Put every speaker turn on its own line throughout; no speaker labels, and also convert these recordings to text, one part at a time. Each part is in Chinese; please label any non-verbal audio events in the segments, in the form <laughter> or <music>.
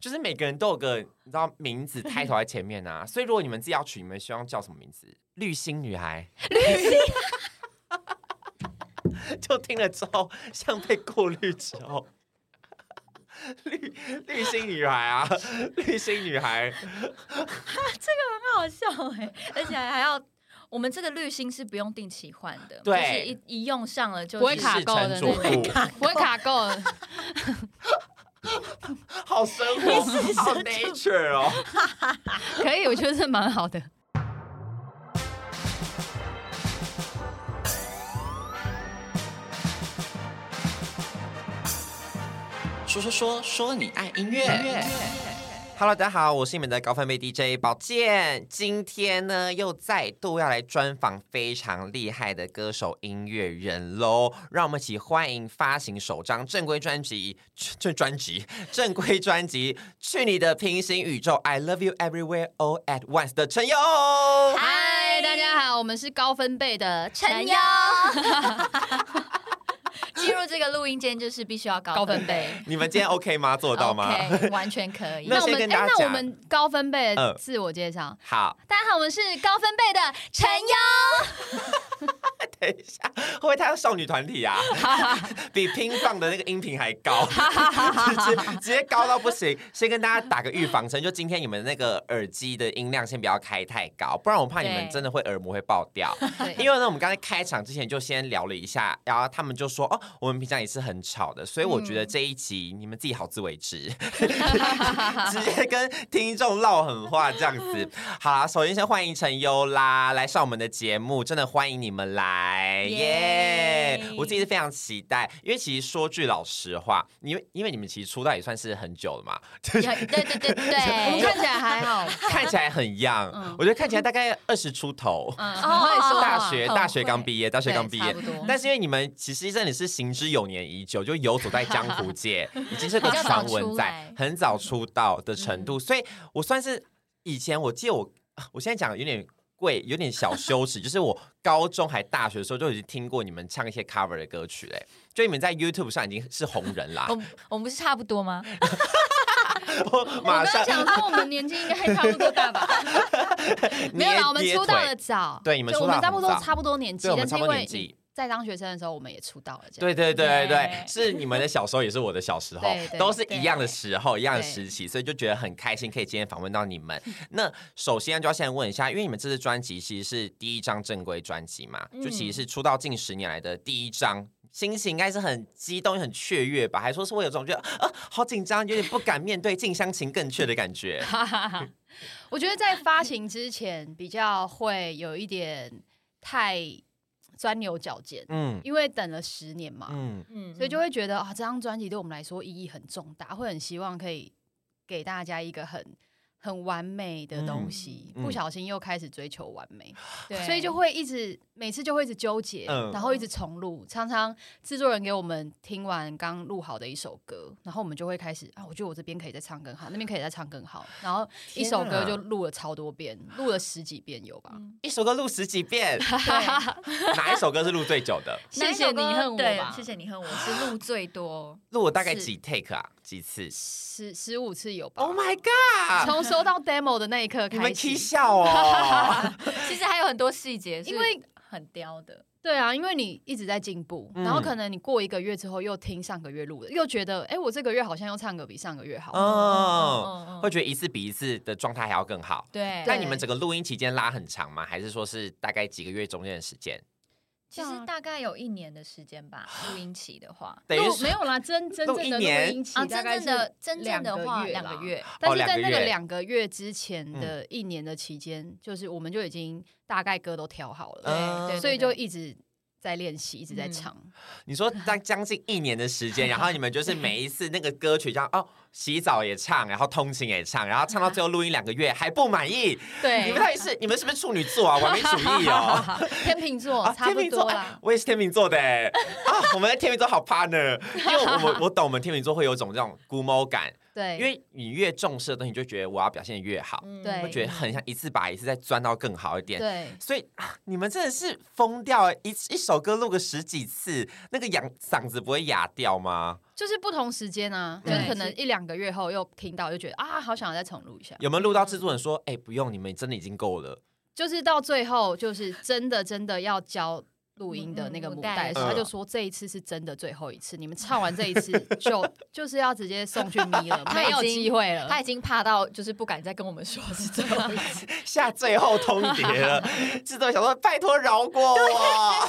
就是每个人都有个你知道名
<laughs>
字开头在前面啊，所以如果你们自己要取，你们希望叫什么名字？绿心女
<laughs>
孩， <laughs>
绿心
就听了之后像被过滤之后，绿绿心女孩啊，绿心女孩，
很好笑哎、而且还要我们这个滤芯是不用定期换的，
对
就是一一用上了就
不会
是
卡够的
城主
那
顾
种，不会卡够的。
好生活，好 nature 哦。
可以，我觉得这蛮好的。
说说说说你爱音乐。Hello，大家好，我是你们的高分贝 DJ 宝剑。今天呢，又再度要来专访非常厉害的歌手、音乐人喽。让我们一起欢迎发行首张正规专辑、这专辑、正规专辑《 <laughs> 去你的平行宇宙 I Love You Everywhere All at Once》的陈佑。
<laughs> 嗨，大家好，我们是高分贝的
陈腰。 <laughs> 进入这个录音间就是必须要高
高
分
分
贝，
你们今天 OK 吗？做得到吗
OK，完全可以。
那
那我
先
们哎
跟大家
那我
讲
们高分贝
嗯
的自我介绍。
<laughs> 好，
大家好，我们是高分贝的陈优。
等一下，会不会太像少女团体啊？比拼放的那个音频还高，直接直接高到不行。先跟大家打个预防针，就今天你们那个耳机的音量先不要开太高，不然我怕你们
对
真的会耳膜会爆掉。
对，
因为呢，我们刚才开场之前就先聊了一下，然后他们就说哦，我们平常也是很吵的，所以我
嗯
觉得这一集、你们自己好自为之， <laughs> 直接跟听众唠狠话这样
<laughs>
子。好啦，首先先欢迎陈优啦，来上我们的节目，真的欢迎你们来耶
耶
我自己是非常期待，因为其实说句老实话，因为因为你们其实出道也算是很久了嘛，就
对
是
对对对
我 <laughs> 们
对，
看起来还好。
看起来很 young，、
<laughs> 嗯
我觉得看起来大概二十出头。
嗯，
哦
很会说
大
话
学
嗯
大学刚毕业，大学
对
刚毕业
差不多，
但是因为你们其实真的是行之有年已久，就游走在江湖
<laughs>
界，已经是个
比较早
传
出
闻在
来，
很早出道的程
嗯
度，所以我算是以前我记得我，我现在讲有点。贵有点小羞
<laughs>
耻，就是我高中还大学的时候就已经听过你们唱一些 cover 的歌曲嘞、就你们在 YouTube 上已经是红人啦
哦我，们我们不是差不多吗？
我 <laughs> 马
<laughs> 我刚
上
刚想说，我们年纪应该
<laughs>
差不多大吧？没有
捏
啦，我们
捏
出道
腿
的早，
对你们
就
出
我
道
们差
很
不多
早
差不多年纪
对，我们
但是
差
因
不多年
为
纪
你在当学生的时候，我们也出道了，这样。
对对对对
对，
是你们的小时候，也是我的小时候
对，对
都是一样的时候，一样的
对
时期，所以就觉得很开心，可以今天访问到你们。那首先就要先问一下，因为你们这次专辑其实是第一张正规专辑嘛，就其
嗯
实是出道近十年来的第一张。心情应该是很激动、很雀跃吧？还说是会有种觉得啊，好紧张，有点不敢面对，近乡情更怯的感觉。
<laughs> 我觉得在发行之前比较会有一点太钻牛角尖，
嗯
因为等了十年嘛， <laughs>
嗯，
嗯，
所以就会觉得啊，这张专辑对我们来说意义很重大，会很希望可以给大家一个很很完美的东西。
嗯嗯
不小心又开始追求完美，
<laughs>
对，
所以就
<laughs>
会一直每次就会一直纠结，
嗯
然后一直重录。常常制作人给我们听完刚录好的一首歌，然后我们就会开始啊，我觉得我这边可以再唱更好，那边可以再唱更好，然后一首
天
歌
啊
就录了超多遍，录了十几遍有吧？
一首歌录十几遍，
对
哪一首歌是录最久的？
谢谢你恨我
对
吧，
谢谢你恨我是录最多，
录了大概
是
几 take 啊？几次
十十五次有吧。
？Oh my god！
从收到 demo 的那一刻
你们
开
k
始，
笑
<laughs>
哦。
其实还有很多细节，
因为
很刁的，
对啊，因为你一直在进步，
嗯
然后可能你过一个月之后又听上个月录的，又觉得哎、诶我这个月好像又唱个比上个月好。
哦，
嗯嗯嗯
会觉得一次比一次的状态还要更好。
对，
那你们整个录音期间拉很长吗？还是说是大概几个月中间的时间？
其实大概有一年的时间吧，录音期的话，
等于
录
是
没有啦，真真正
录一
的录
年
音期
啊，
大
真
概
正
是
的真正的话
两
两
个
个
月
月，
啦。但
哦
是
两
在
个
那个
月嗯
两个月之前的一年的期间，就是我们就已经大概歌都挑好了，
嗯
对对
所以就一直在练习，一直在
嗯
唱。
<laughs> 你说将将近一年的时
<laughs>
间，然后你们就是每一次那个歌曲这样哦，洗澡也唱，然后通勤也唱，然后唱到最后录音两个月还不满意，你
对
们，到底是你们是不是处女座
<laughs>
啊？完美主义哦。
天秤座
啊，
差
天
不
秤座，
多
哎
啦，。
我也是天秤
<laughs>
座的哎，啊，我们的天秤座好 partner，因为我我我懂我们天秤座会有种这种估摸感，
对，嗯
因为你越重视的东西，你就觉得我要表现得越好，
嗯
对
会觉得很想一次把一次再钻到更好一点。
对
所以啊你们真的是疯掉欸！一一首歌录个十几次，那个哑嗓子不会哑掉吗？
就是不同时间啊，就
对
是可能一两个月后又听到，又觉得啊，好想要再重录一下。
有没有录到制作人说：“哎、不用，你们真的已经够了。
就是到最后，就是真的真的要交录音的那个母带的时
嗯
候，他就说这一次是真的最后一次，你们唱完这一次 <laughs> 就就是要直接送去咪了，
他已
没
经
有机会了。
他已经怕到就是不敢再跟我们说是这样，
下最后通牒
<laughs>
了，制作人想说：“拜托饶过我！”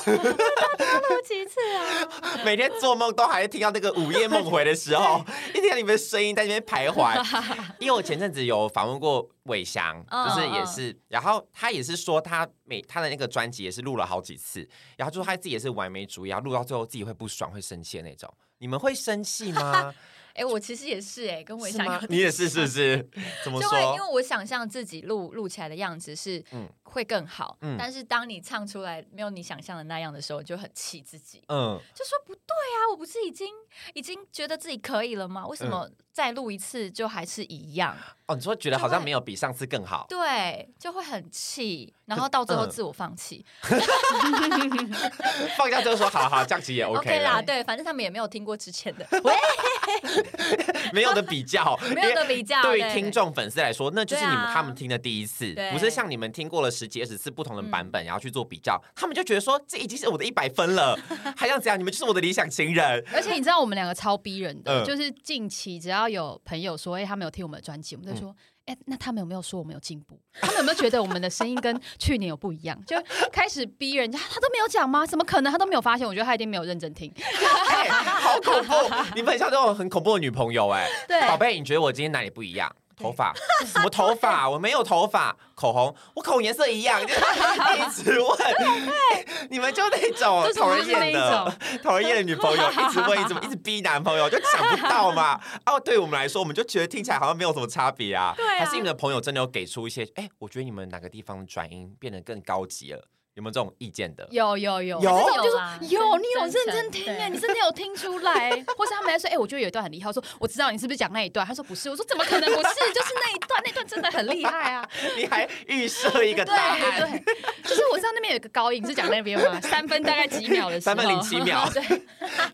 录几次 <laughs> 啊？
每天做梦都还是听到那个午夜梦回的时
<laughs>
候，一听到你们的声音在那边徘徊。因为我前阵子有访问过伟翔，
嗯
就是也是，然后他也是说他每他的那个专辑也是录了好几次，然后就说他自己也是完美主义，然后录到最后自己会不爽、会生气的那种。你们会生气吗？
哎、我其实也是哎、 <laughs> 跟我
是
想
吗？你也是是不
<laughs>
是？怎么
就会因
说？
为我想象自己录录起来的样子是
嗯
会更好，
嗯
但是当你唱出来没有你想象的那样的时候，就很气自己，
嗯，
就说不对啊，我不是已经已经觉得自己可以了吗？
嗯
为什么再录一次就还是一样？
哦，你说觉得好像没有比上次更
<laughs>
好，
对，就会很气，然后到最后自我放弃。
放假之后说好好，这样其实也嗯 OK
啦，
了，
对，反正他们也没有听过之前
<laughs>
的，
没有的比较，
<laughs> 没有的比较。
对于听众粉丝来说，那就是你们
对啊
他们听的第一次，
对嗯
不是像你们听过了十几二十次不同的版本，然后去做比较，他们就觉得说这已经是我的一百分
<laughs>
了，还想怎样？你们就是我的理想情人。
而且你知道我们两个超逼人的，
嗯
就是近期只要有朋友说，哎、他们有听我们的专辑，我们就说，哎、那他们有没有说我们有进步？他们有没有觉得我们的声音跟去年有不一样？就开始逼人家，他都没有讲吗？怎么可能？他都没有发现？我觉得他一定没有认真听。
哎好恐怖！你们很像那种很恐怖的女朋友哎、
对
宝贝，你觉得我今天哪里不一样？头发什么头
<laughs>
发？我没有头发，口红我口红颜色一样，就是 <laughs> 一直问， <laughs> 你们就那种
就是
讨人
就是那
厌
一
的 <laughs> 讨人厌的女朋友，一直问，一直一直逼男朋友，就想不到嘛。哦，对我们来说，我们就觉得听起来好像没有什么差别啊。
对啊
还是你们的朋友真的有给出一些，哎，我觉得你们哪个地方转音变得更高级了？有没有这种意见
<laughs>
的？
有有有
有
这种就说
啦
有，你有
真
认真
诚
听
对
哎，你真的有听出来，或是他们还说，哎、我觉得有一段很厉害，我说我知道你是不是讲那一段，他说不是，我说怎么可能不是，就是那一段，那一段真的很厉害啊，
你还预设一个答案，
对对，就是我知道那边有一个高音是讲那边嘛，三分大概几秒的时
三
候，
分零七秒
对，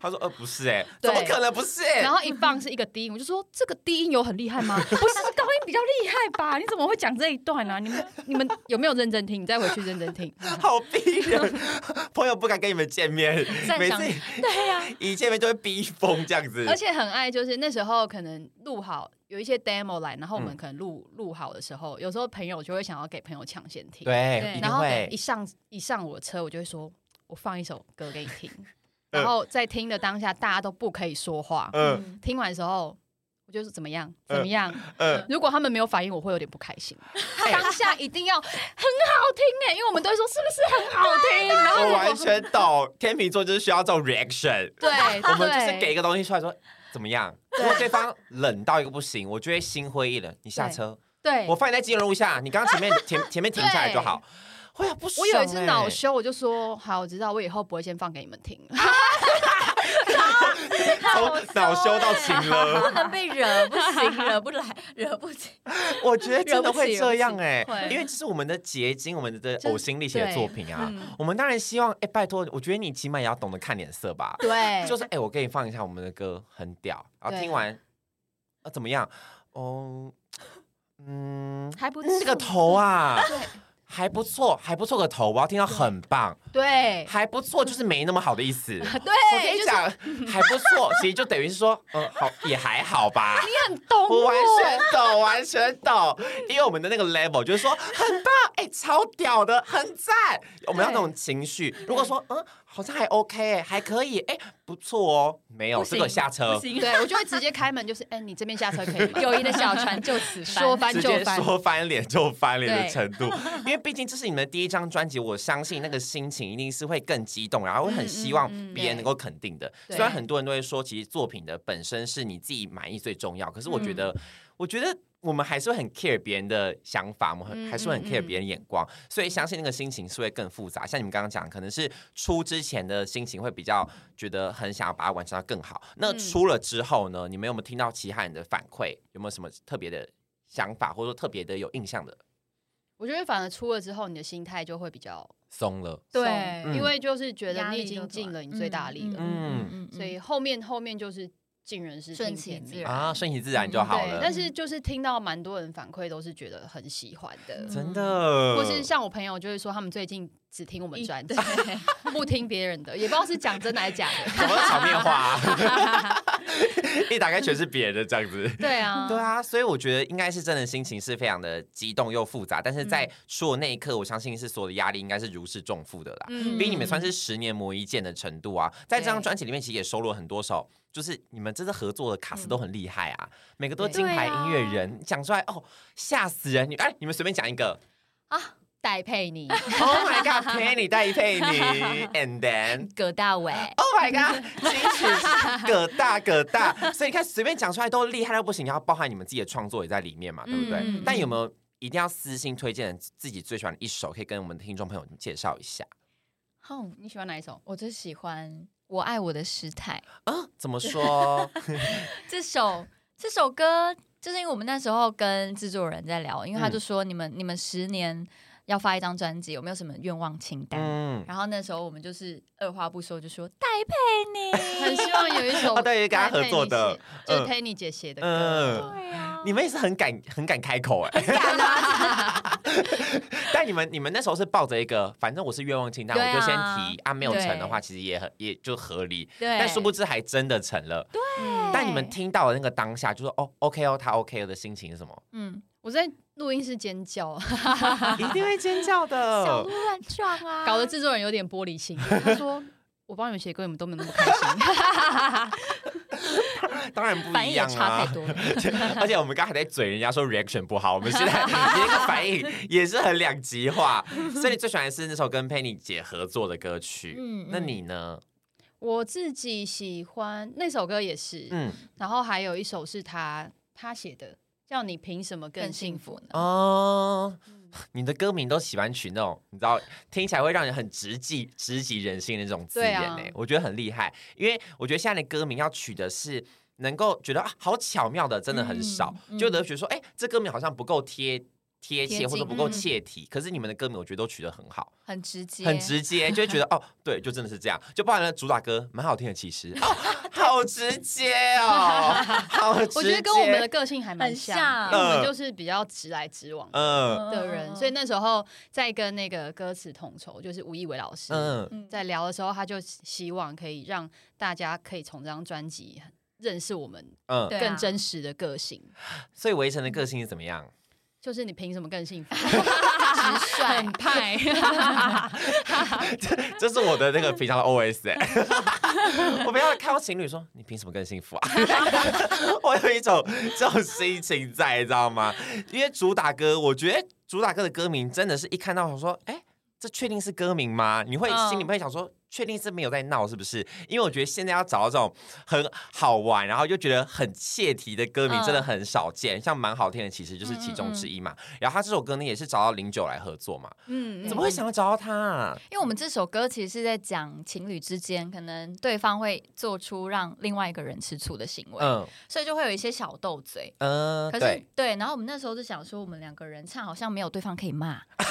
他说：“呃，不是哎、怎
对
么可能不是、
然后一放是一个低音，我就说这个低音有很厉害吗？不是高音比较厉害吧？你怎么会讲这一段呢、啊？你们你们有没有认真听？你再回去认真听。
<laughs> 好逼人，朋友不敢跟你们见
<laughs>
面，
赞
每
赏
次
对呀、
一见面就会逼疯这样子
啊而。且很爱，就是那时候可能录好有一些 demo 来，然后我们
嗯
可能录录好的时候，有时候朋友就会想要给朋友抢先听，
对
对，
一定
然后
会
一。上一上我的车，我就会说，我放一首歌给你
<laughs>
听，然后在听的当下，大家都不可以说话，
嗯
<laughs> 听完的时候。我就是怎么样怎么样， <laughs>
嗯，
如果他们没有反应，我会有点不开
<laughs>
心。
哎
当下一定要很好听哎、因为我们都会说是不是很好
<laughs>
听，然后
我
如
完
果
全懂，天秤座就是需要这种 reaction。
对，
我们就是
对
给一个东西出来说怎么样，如果对方冷到一个不行，我就会心灰意冷。你下车，
对
我放你在金融路下，你刚刚前面前
<laughs>
前面停下来就好。会啊，不爽
我有一次
哎
恼羞，我就说好，我知道，我以后不会先放给你们听。
<laughs> 从恼羞到情
不 <laughs>
了，
能被惹，不行，惹不来，惹不起。
我觉得真的会这样哎、
不起会
因为这是我们的结晶，我们的
就
呕心沥血的
对
作品啊。
嗯
我们当然希望，哎、拜托，我觉得你起码也要懂得看脸色吧。
对，
就是，哎、我给你放一下我们的歌，很屌，然后
对
听完，啊，怎么样？哦，嗯，
还不
这个头
<laughs>
啊，还不错，还不错个头，我要听到很棒，
对
还不错，就是没那么好的意思。我跟
<laughs> 对，
你
就是
讲，还不错，其实就等于是说，嗯，好，也还好吧。
你很懂
我
哦
完全懂， <laughs> 完全懂，因为我们的那个 level 就是说很棒， <laughs> 哎、超屌的，很赞。我们要那种情绪。如果说嗯，好像还 OK，、哎，还可以，哎、不错哦，没有
不
这
行
个下车
不，行，
对我就会直接开门，就是哎，你这边下车可以
<laughs>
吗？
友
<laughs>
谊的小船就此翻
说翻
直
就
接
翻，
说翻脸就翻脸的
对
程度。 <laughs> 因为毕竟这是你们的第一张专辑，我相信那个心情一定是会更激动，然后会很希望
嗯嗯嗯
别人能够肯定的。
对嗯
虽然很多人都会说，其实作品的本身是你自己满意最重要，可是我觉得我觉得我们还是会很 care 别人的想法，我们很
嗯
还是会很
嗯
care
嗯
别人眼光，所以相信那个心情是会更复杂。像你们刚刚讲，可能是出之前的心情会比较觉得很想要把它完成到更好，那
嗯
出了之后呢，你们有没有听到其他人的反馈？有没有什么特别的想法，或者说特别的有印象的？
我觉得反而出了之后，你的心态就会比较
松了，
对，
嗯
因为就是觉得
压
你
力
已
就
经尽
出来
了你最大的力了，
嗯
嗯
所以后面后面就是尽人事
顺
听
其
天
自
命。
然
啊，顺其自然就
嗯
好
对，
了
但。是就是听到蛮多人反馈都是觉得很喜欢的，
嗯
真的，
或是像我朋友就会说他们最近只听我们 <laughs> 专辑，
对
不听别人的，也不知道是讲真的还是假
什
<laughs> 的。
么炒面花、啊
<laughs>
一打开全是别人的这样子。
对
嗯
啊，
对啊，所以我觉得应该是真的心情是非常的激动又复杂，但是
嗯
在出的那一刻，我相信是所有的压力应该是如释重负的啦，
嗯
比你们算是十年磨一剑的程度啊。在这张
对
专辑里面，其实也收录了很多首，就是你们这次合作的卡司都很厉害啊，每个都
对
金牌
嗯对啊
音乐人，讲出来哦，吓死人！你哎，你们随便讲一
<laughs>
个
啊，戴佩 <laughs> 妮、
，Oh my God，Penny 戴佩
<laughs>
妮，And then <laughs>
葛大 <laughs> 伟，
Oh my god！金
<laughs>
曲葛大葛大，所以你看随便讲出来都厉害到不行，然后包含你们自己的创作也在里面嘛，对不对？
嗯嗯
但有没有一定要私心推荐自己最喜欢的一首，可以跟我们听众朋友介绍一下
哼，
哦你喜欢哪一首？
我最喜欢《我爱我的师太》
啊？怎么
<laughs>
说？
这首这首歌，就是因为我们那时候跟制作人在聊，因为他
嗯
就说你们、你们十年要发一张专辑，有没有什么愿望清单？
嗯，
然后那时候我们就是二话不说就说戴佩
<laughs>
妮，
很希望有一首
哦对跟她合作的
戴
嗯
佩妮写，就是佩妮姐写
嗯
的歌。
对啊呀、
你们也是很敢很敢开口哎、
啊
<laughs> 但你们你们那时候是抱着一个，反正我是愿望清单，
对啊
我就先提啊，没有成的
对
话，其实也很也就合理。
对，
但殊不知还真的成了。
嗯
但你们听到的那个当下，就说哦，OK 哦，他 OK 了的心情是什么？
<laughs> 嗯，
我在录音室尖叫，
一定会尖叫
小
的
鹿。乱撞
<laughs>
啊，
搞得制作人有点玻璃心。他 <laughs> 说：“我帮你们写歌，你们都没有那么开心。 <laughs>
当然不
反
一
应也
样
差
啊
太！多了。
<laughs> 而且我们刚才还在嘴人家说 reaction 不好，我们现
<laughs>
在你那个反应也是很两极化。所以你最喜欢的是那首跟 Penny 姐合作的歌曲，
嗯
那你呢？”
我自己喜欢那首歌也是，
嗯，
然后还有一首是他他写的，叫你凭什么
更
更
幸
幸福？
福呢？
哦， <laughs> 你的歌名都喜欢取那种你知道听起来会让人很直击、直击人心的那种字眼呢、
对啊
我觉得很厉害，因为我觉得现在的歌名要取的是。能够觉得啊，好巧妙的，真的很少，
嗯嗯
就有的觉得说，哎、这歌名好像不够贴贴
贴
切，
近
或者不够
嗯
切题。可是你们的歌名，我觉得都取得很好。
很直接，
很直接，就会觉得哦，对，就真的是这样。就包含了主打歌，蛮好听的，其实、哦、好直接哦，好直接。
我觉得跟我们的个性还蛮
很像
因为我们就是比较直来直往
嗯
的人，所以那时候在跟那个歌词统筹，就是吴亦伟老师
嗯
嗯
在聊的时候，他就希望可以让大家可以从这张专辑认识我们
嗯，
对啊
更真实的个性。
所以围城的个性是怎么样？
就是你凭什么更幸福？ <laughs>
直率
很
<laughs>
派，
<laughs> 这是我的那个平常的 OS <laughs> 哎、我不要看到情侣说你凭什么更幸福啊？ <laughs> 我有一种这种心情在，你知道吗？因为主打歌，我觉得主打歌的歌名真的是一看到我说，哎、这确定是歌名吗？你会
嗯
心里会想说。确定是没有在闹，是不是？因为我觉得现在要找到这种很好玩，然后又觉得很切题的歌名，
嗯
真的很少见。像蛮好听的，其实就是其中之一嘛。然后他这首歌呢，也是找到零九来合作嘛。
嗯，
怎么会想要找到他、啊？
因为我们这首歌其实是在讲情侣之间，可能对方会做出让另外一个人吃醋的行为，
嗯
所以就会有一些小斗嘴。
嗯，
可是
对
对。然后我们那时候就想说，我们两个人唱好像没有对方可以骂，
<laughs>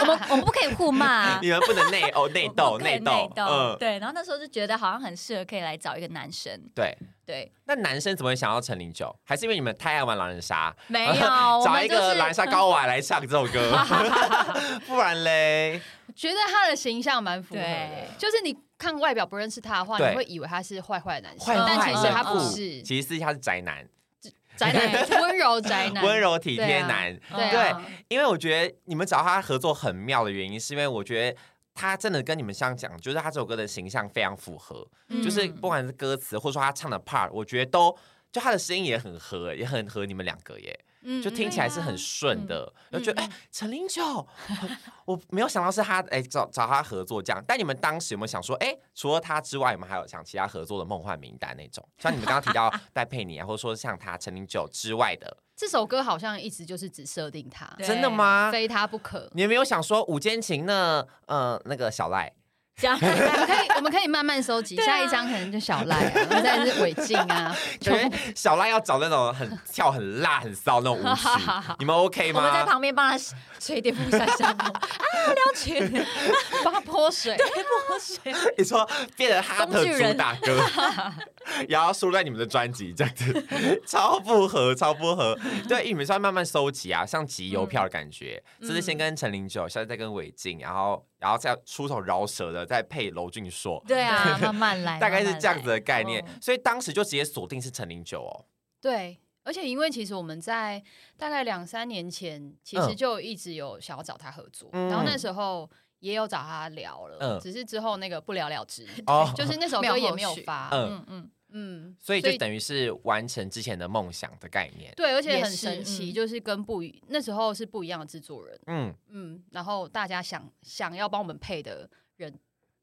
我们我们不可以互骂、啊，
你们不能内哦， <laughs> 内
我
斗
们不可以
内
内
斗，嗯，
对。然后那时候就觉得好像很适合可以来找一个男生，
对。
对，
那男生怎么会想要陈零九？还是因为你们太爱玩狼人杀， <laughs>
没有，哦我
找
们
一
就
个狼人
是啊
杀高娃来唱这首
<laughs>
歌， <laughs> 不然嘞，
觉得他的形象蛮符合
对
的，就是你看外表不认识他的话，
对
你会以为他是坏坏的男生，
坏
但
坏
其实他不
人
是
其实私底下是宅男，<laughs>
宅男，温柔宅男，
温柔体贴
对啊
男。
对
啊
因为我觉得你们找他合作很妙的原因，是因为我觉得。他真的跟你们相讲，就是他这首歌的形象非常符合，
嗯
就是不管是歌词或者说他唱的 part，我觉得都就他的声音也很合，也很合你们两个耶，
嗯
就听起来是
啊
很顺的，
嗯
然后觉得哎，陈零九， <laughs> 我没有想到是他，哎，找找他合作这样。但你们当时有没有想说，哎，除了他之外，你们还有想其他合作的梦幻名单那种？像你们刚刚提
<laughs>
到戴佩妮啊，或者说像他陈零九之外的，
这首歌好像一直就是只设定他，
对
真的吗？
非他不可。
你们没有想说午间情呢？呃，那个小
<laughs>
赖，
这样
我们可以，我们可以慢慢收集，
对啊
下一张可能就小赖、啊，然后再是韦静
<laughs>
啊，
感觉 <laughs> 小赖要找那种很跳、很辣、很骚那种
<laughs>
舞曲，你们 OK
我
吗？
们在旁边帮他吹电风扇扇风啊，撩裙，
帮他泼水。
泼水，
<laughs> 你说变成哈特
工具
主
人
打歌，也要输在你们的专辑这样子，超不合，超不合。对，因为你们是要慢慢收集啊，像集邮票的感觉。这是先跟陈零九，下次再跟韦静，然后然后再出手饶舌的，再配娄俊硕，
对啊，慢慢来，
<laughs> 大概是
慢慢来
这样子的概念。
嗯
所以当时就直接锁定是陈零九哦。
对，而且因为其实我们在大概两三年前，其实
嗯
就一直有想要找他合作，
嗯
然后那时候也有找他聊了，
嗯
只是之后那个不了了之，
哦 <laughs>
就是那
<laughs>
首
没有
歌也
后
没有
续
发，
嗯
嗯嗯，
嗯，
所以就等于是完成之前的梦想的概念。
对，而且
也
很
是
神奇，
嗯
就是跟不一那时候是不一样的制作人，
嗯，
嗯，然后大家想想要帮我们配的人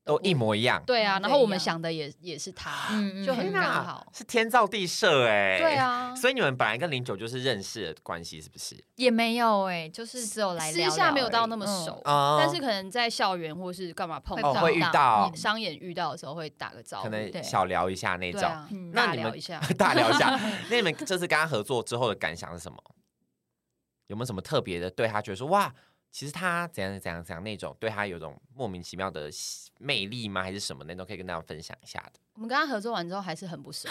都哦一模一样。
对啊，
嗯
然后
对
我们
一样
想的也也是他，
嗯嗯
就很
天哪
刚好，
是天造地设哎、
对。啊，
所以你们本来跟零九就是认识的关系，是不是？
也没有哎，就是只有来聊聊而已，嗯
私下没有到那么熟，
哦
但是可能在校园或是干嘛碰
哦，
到，
会遇到
嗯，
商演遇到的时候会打个招呼，
可能
对
小聊一下那
对
种。
啊
嗯，
那
大
你
聊
们
一下。
<laughs> 大聊一
<laughs>
下。那你们这次跟他合作之后的感想是什么？有没有什么特别的？对他觉得说哇，其实他怎样怎样怎样那种，对他有种莫名其妙的吸魅力吗？还是什么那种可以跟大家分享一下
<laughs>
的？
我们跟他合作完之后还是很不熟，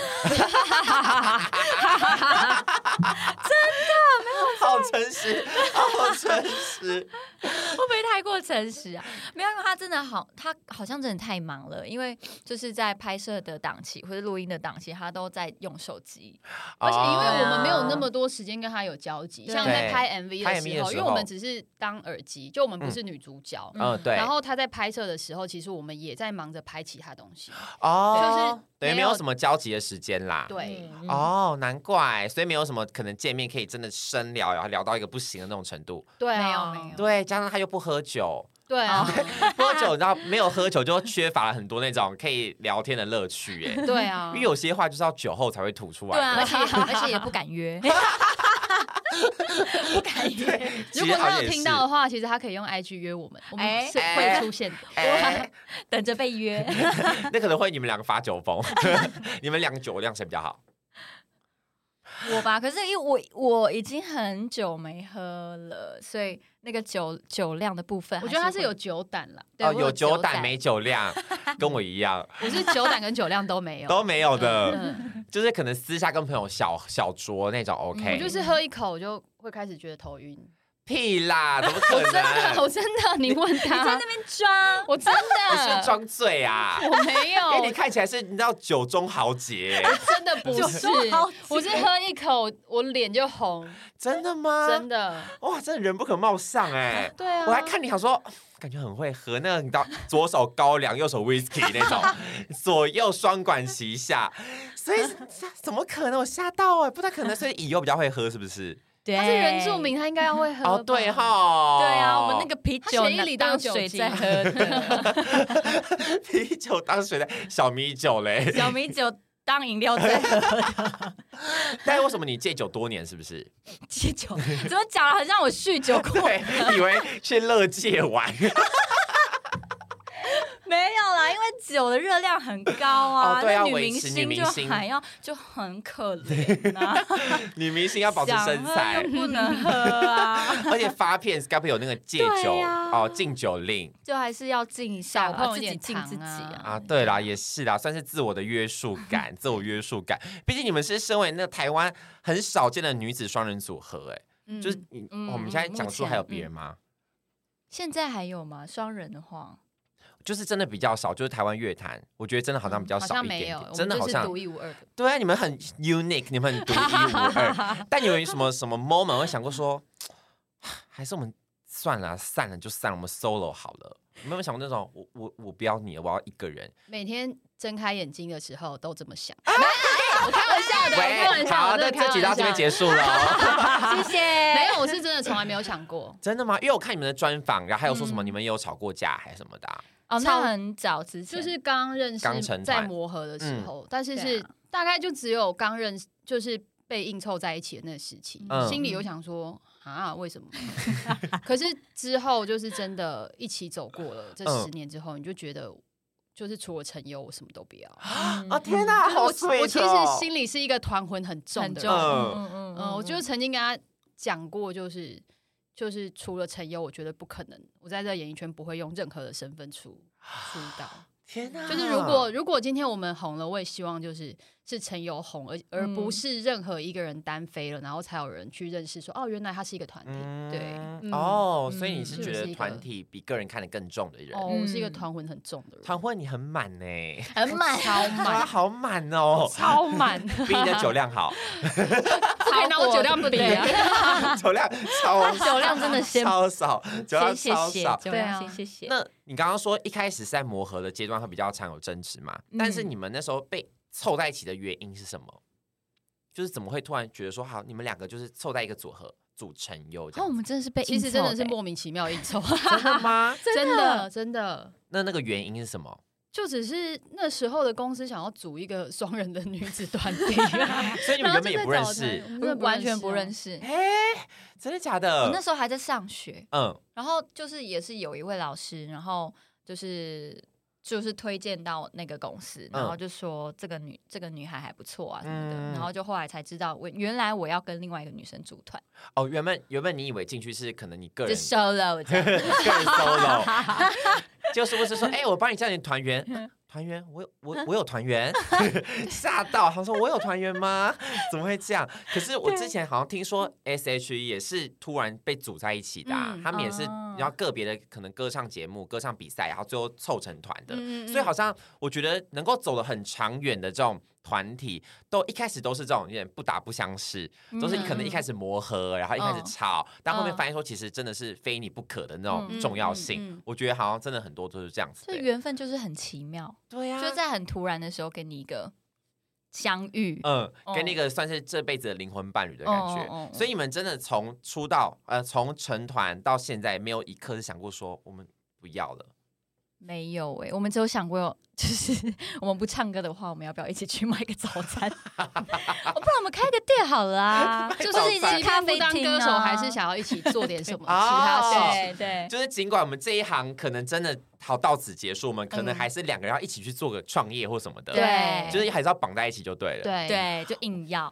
好诚实，好诚实。
<laughs> 会不会太过诚实啊？ <laughs> 没有，因为他真的好，他好像真的太忙了，因为就是在拍摄的档期或者录音的档期，他都在用手机。
<laughs> 而且因为我们没有那
哦
么多时间跟他有交集，
对
像在拍 MV
拍
的
MV 的时
时
候
候，因为我们只是当耳机，就我们不是女主角。
嗯
嗯，对，
然后他在拍摄的时候，其实我们也在忙着拍其他东西。
哦，
就是
等于没
没
有
有
什么交集的时间啦。
对，
嗯，
哦，难怪，所以没有什么可能见面可以真的深聊，然后聊到一个不行的那种程度。
对
没
啊，
有没有
对，加上他又不喝酒，
对啊，
喝酒你知道没有喝酒就缺乏了很多那种可以聊天的乐趣，<laughs>
<laughs>
哎，
对啊
因为，有些话就是要酒后才会吐出来。
对啊，而且也而且也不敢约，不敢约。
其
如
实
果
好
他
像也
有
是
听到的话，其实他可以用 IG 约我们，我们
哎
是会出现的。
<laughs> 哎，
<laughs> 等着被约，
那可能会你们两个发酒
<laughs>
疯， <laughs> 你们两个酒量谁比较好？
我吧。可是因为我我已经很久没喝了，所以那个酒酒量的部分还
我
会，
觉得他是有酒胆了，
对
哦，
我
有酒胆
胆
没酒量，
<laughs>
跟我一样
我是酒胆跟酒量都没有。
都没有的，
嗯，
<laughs> 就是可能私下跟朋友小小酌那种
我
OK，
就是喝一口就会开始觉得头
<laughs>
晕。
屁啦，怎么可
真的，
能？
<laughs> 我真的，你问
你在
他
那，边 <laughs> 装，
我真
你是不是
的，
装醉啊？
我没
哦
因 <laughs> 为你
有，
看起来是你知道酒中豪杰，欸
<laughs>
真的不
就是说好，
我是喝一口我脸就红，
真的吗？
真的，
哇，真的人不可貌相哎、
对啊，
我还看你想说，感觉很会喝那个，你知
<laughs>
道左手高粱，右手 whisky 那种，左右双管齐下，
<laughs>
所以这怎么可能？我吓到哎、不太可能，所以以后比较会喝是不是？
对，
他是原住民，他应该要会喝吧，
哦，对哈，
对啊，我们那个啤
他
酒
血液里都有
当
酒
水
精
在喝的，
<laughs> 啤酒当水的小米酒嘞，
<laughs> 小米酒当饮料在喝。
但为什么你戒酒多年是不是？
戒酒 <laughs> 怎么讲了？好像我酗酒过，
<laughs> 对，以为去乐界玩
没有啦，因为酒的热量很高啊，
哦对啊
那女
维
明
持女
星
明
就
星
还要就很可怜啊，
女明星要 <laughs> 保持
<laughs>
身
想喝
材
又，不能
<laughs>
喝啊，
<laughs>
而且发片该不会有那个戒酒、
对啊
哦禁酒令。
就还是要禁一下
少
啦，
碰
自
一
己
点
禁
糖
自己
啊
啊，对啦，也是啦，算是自我的约束
<laughs>
感，自我约束感。毕竟你们是身为那台湾很少见的女子双人组合、哎、
嗯
就是你、
嗯
我们现在
目
讲述
前
还有别人吗？
现在还有吗？双人的
<laughs>
话，
就是真的比较少，就是台湾乐坛，我觉得真的好像比较
好
少
像
一点
没
点，
有，我
真
们
的好
就是
像
独一无二的。
对啊，你们很 unique，你们很独一无二。但你们有什么什么 moment 会想过说， <sighs> 还是我们算了啊、散了就散了，我们 solo 好了？你们有没有想过那种我我我不要你了，我要一个人？
每天睁开眼睛的时候都这么想， <laughs> 我开玩笑的，我开玩
啊喂，
笑
好，啊
我真
那
的开
这
玩
集到这边
笑
结束
<laughs>
了。
谢谢。
没有，我是真的从来没有
<laughs>
想过。
真的吗？因为我看你们的专访，然后还有说什么
嗯
你们有吵过架还是什么的啊、
哦，
超
那很早之前
就是刚认
刚成团嗯
识，在磨合的时候，但是
对
是
啊
大概就只有刚认识，就是被硬凑在一起的那时期，
嗯
心里有想说啊，
<laughs>
为什么？可是之后就是真的一起走过了这
嗯
十年之后，你就觉得。就是除了陈友，我什么都不要。
嗯
哦天哪，好
就是我
sweet
我其
哦
实心里是一个团魂很重
很
的
重，
人，
嗯
嗯嗯
嗯，我就曾经跟他讲过，就是就是除了陈优，我觉得不可能，我在这个演艺圈不会用任何的身份出出道。
天哪，
就是如果如果今天我们红了，我也希望就是是陈友红，而而不是任何一个人单飞了，然后才有人去认识说哦，原来他是一个团体。对，
嗯
嗯
哦，
嗯
所以你是
是
觉
不是一
得
个
团体比个人看得更重的人？
哦，
嗯
我是一个团魂很重的人，
团会你很满呢、
很满，
超
哇，
满，
好满哦，
<laughs>
<laughs>
超满，
比你的酒量
<laughs>
好，
不可以拿我酒量比啊！
酒量超
酒量真的先
超少， <laughs> 酒量
谢
超
谢谢
少。
酒
对
量
啊
谢谢谢。
那你刚刚说一开始是在磨合的阶段会比较常有争执嘛？但是
嗯
你们那时候被凑在一起的原因是什么？就是怎么会突然觉得说好，你们两个就是凑在一个组合组成有这
哦，我
样
们真的是被
其实
硬
真
凑
的是
欸
莫名其妙硬凑，
真的吗？
真的真的。
那那个原因是什么？
就只是那时候的公司想要组一个双人的女子团体， <laughs>
所以你们原本也不认识，
然后就在找人我们真的
完全不认
识
识。啊
哎，真的假
我
的？
哦那时候还在上学，
嗯
然后就是也是有一位老师，然后就是就是推荐到那个公司，
嗯
然后就说这个女这个女孩还不错啊什么的，
嗯
然后就后来才知道我原来我要跟另外一个女生组团，
哦，原本原本你以为进去是可能你个
就
人
solo 这样
个人
<laughs>
solo，就是不是说哎、我帮你叫你团员。
嗯
团员，我有我我有团员， <laughs>
<laughs>
吓到！他说我有团员吗？ <laughs> 怎么会这样？可是我之前好像听说 S H E 也是突然被组在一起的、啊，
嗯
他们也是
哦
然后个别的可能歌唱节目、歌唱比赛，然后最后凑成团的。
嗯
所以好像我觉得能够走得很长远的这种团体，都一开始都是这种有点不打不相识， <laughs>
嗯
都是可能一开始磨合，然后一开始
哦
吵，但后面发现说其实真的是非你不可的那种
嗯
重要性
嗯嗯。
我觉得好像真的很多都是这样子
就
的。
嗯
欸
缘分就是很奇妙，
对啊呀
就在很突然的时候给你一个相遇，
嗯，
哦
跟那个算是这辈子的灵魂伴侣的感
哦哦
觉
哦，哦
所以你们真的从出道呃，从成团到现在，没有一刻是想过说我们不要了。
没有诶、我们只有想过， <laughs> 就是我们不唱歌的话，我们要不要一起去买个早餐？ <laughs> 我不然我们开个店好了
<laughs>
啊，就
早
是一
餐
间咖啡
当
厅、啊、
歌手还是想要一起做点
<laughs>
什么其
哦
他事情。
对对，
就是尽管我们这一行可能真的好到此结束，我们可能
嗯
还是两个人要一起去做个创业或什么的，
对
就是还是要绑在一起就对了。，
对
对，就硬要。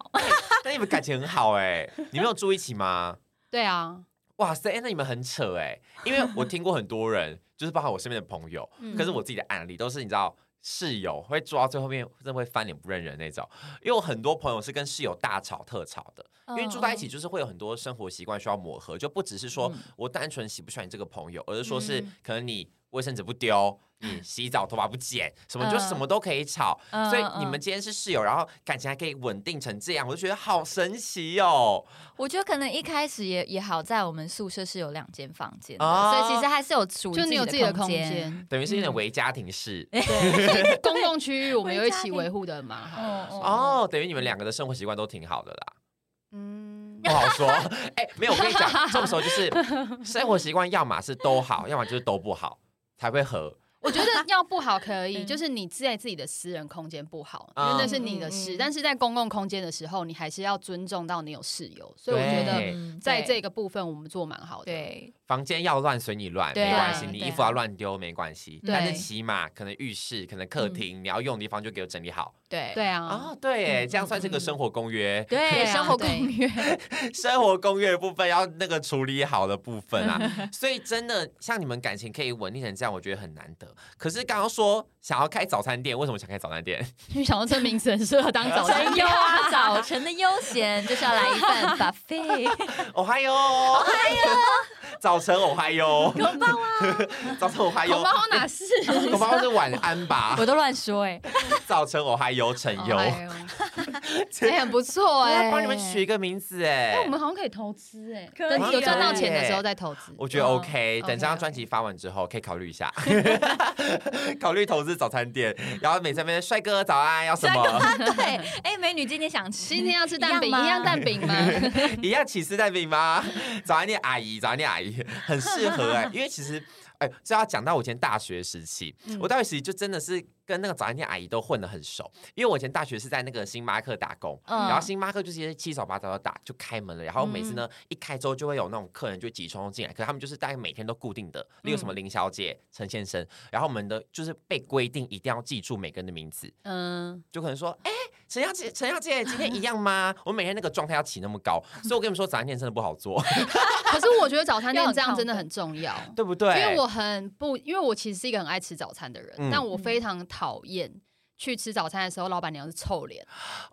那你们感情很好哎、你们有住一起吗？
对啊，
哇塞，那你们很扯
<laughs>
哎、因为我听过很多人，就是包含我身边的朋友，
嗯
可是我自己的案例都是你知道。室友会住到最后面，真的会翻脸不认人那种。因为我很多朋友是跟室友大吵特吵的，
嗯
因为住在一起就是会有很多生活习惯需要磨合，就不只是说
哦嗯
我单纯喜不喜欢你这个朋友，而是说是
嗯
可能你卫生纸不丢，你洗澡头发不剪，什么就
嗯
什么都可以吵。
嗯，
所以你们
嗯
今天是室友，然后感情还可以稳定成这样，我就觉得好神奇哦。
我觉得可能一开始也也好在我们宿舍是有两间房间的，
哦
所以其实还是有属于
就你有
自
自
己
己
的
的空
间。
间，
等于是有
嗯
点为家庭
<laughs>
式、
对，公共区域我们有一起维护的
<laughs>
蛮好。
哦哦
哦，等于你们两个的生活习惯都挺好的啦。
嗯
不，好
<laughs>
说，哎、没有，我跟你讲，这种时候就是生活习惯，要么是都好，要么就是都不好，才会合。
我觉得要不好可以，
嗯
就是你在自己的私人空间不好，因
嗯
为那是你的事。
嗯嗯
但是在公共空间的时候，你还是要尊重到你有室友，所以我觉
哦对
得
嗯
在
对
这个部分我们做蛮好的。
对
房间要乱随你乱，
对
没关系，
对
你衣服要乱丢没关系，
对
但是起码可能浴室、可能客厅、你要用的地方就给我整理好。
对
对啊，
哦，对耶，
嗯嗯
这样算是个
嗯
生活公约。
对，
对啊
生活
对
公约，
生活公约的部分要那个处理好的部分
<laughs>
啊，所以真的像你们感情可以稳定成这样，我觉得很难得。可是刚刚说想要开早餐店，为什么想开早餐店？
因为想到这名字很适合当
<laughs>
早餐
晨悠啊，早晨的悠闲就是要来一份 buffet。
哦嗨哟，嗨哟， <laughs> 早晨我嗨哟，
拥抱啊！
<laughs> 早晨我嗨
恐
哟，
怕哪是？
恐怕是晚安吧
<laughs> 我。都乱说哎、
早晨我嗨哟，晨
哦
哟，
<laughs>
哎呦哎，很不错
我
哎，
要帮你们取一个名字
哎。
哎
我。们好像可以投资哎，
可以啊
等有赚到钱的
耶
时候再投资。
我觉得
嗯
OK，、等这张
OK，OK
专辑发完之后，可以考虑一下， <laughs> 考虑投资早餐店，然后每次那边帅哥早安要什么，
对，哎、美女今天想吃，
今天要吃蛋饼，
一样吗
一样蛋饼
<laughs>
吗？
一样起司蛋饼吗？早安店阿姨，早安店阿姨很适合哎、因为其实哎，这要讲到我以前大学时期，
嗯
我大学时期就真的是跟那个早餐店阿姨都混得很熟，因为我以前大学是在那个星巴克打工，
嗯
然后星巴克就是七早八早的打就开门了，然后每次呢、一开之后就会有那种客人就急冲进来，可他们就是大概每天都固定的，例如什么林小姐、陈先生，然后我们的就是被规定一定要记住每个人的名字，
嗯，
就可能说，哎、陈小姐，陈小姐今天一样吗？ <laughs> 我每天那个状态要起那么 <laughs> 高，所以我跟你们说早餐店真的不好做，
可是我觉得早餐店
要很
这样
亢
真的
奋
很重要。
<laughs> 对不对？
因为我很不，因为我其实是一个很爱吃早餐的人，
嗯
但我非常讨厌去吃早餐的时候，老板娘是臭脸，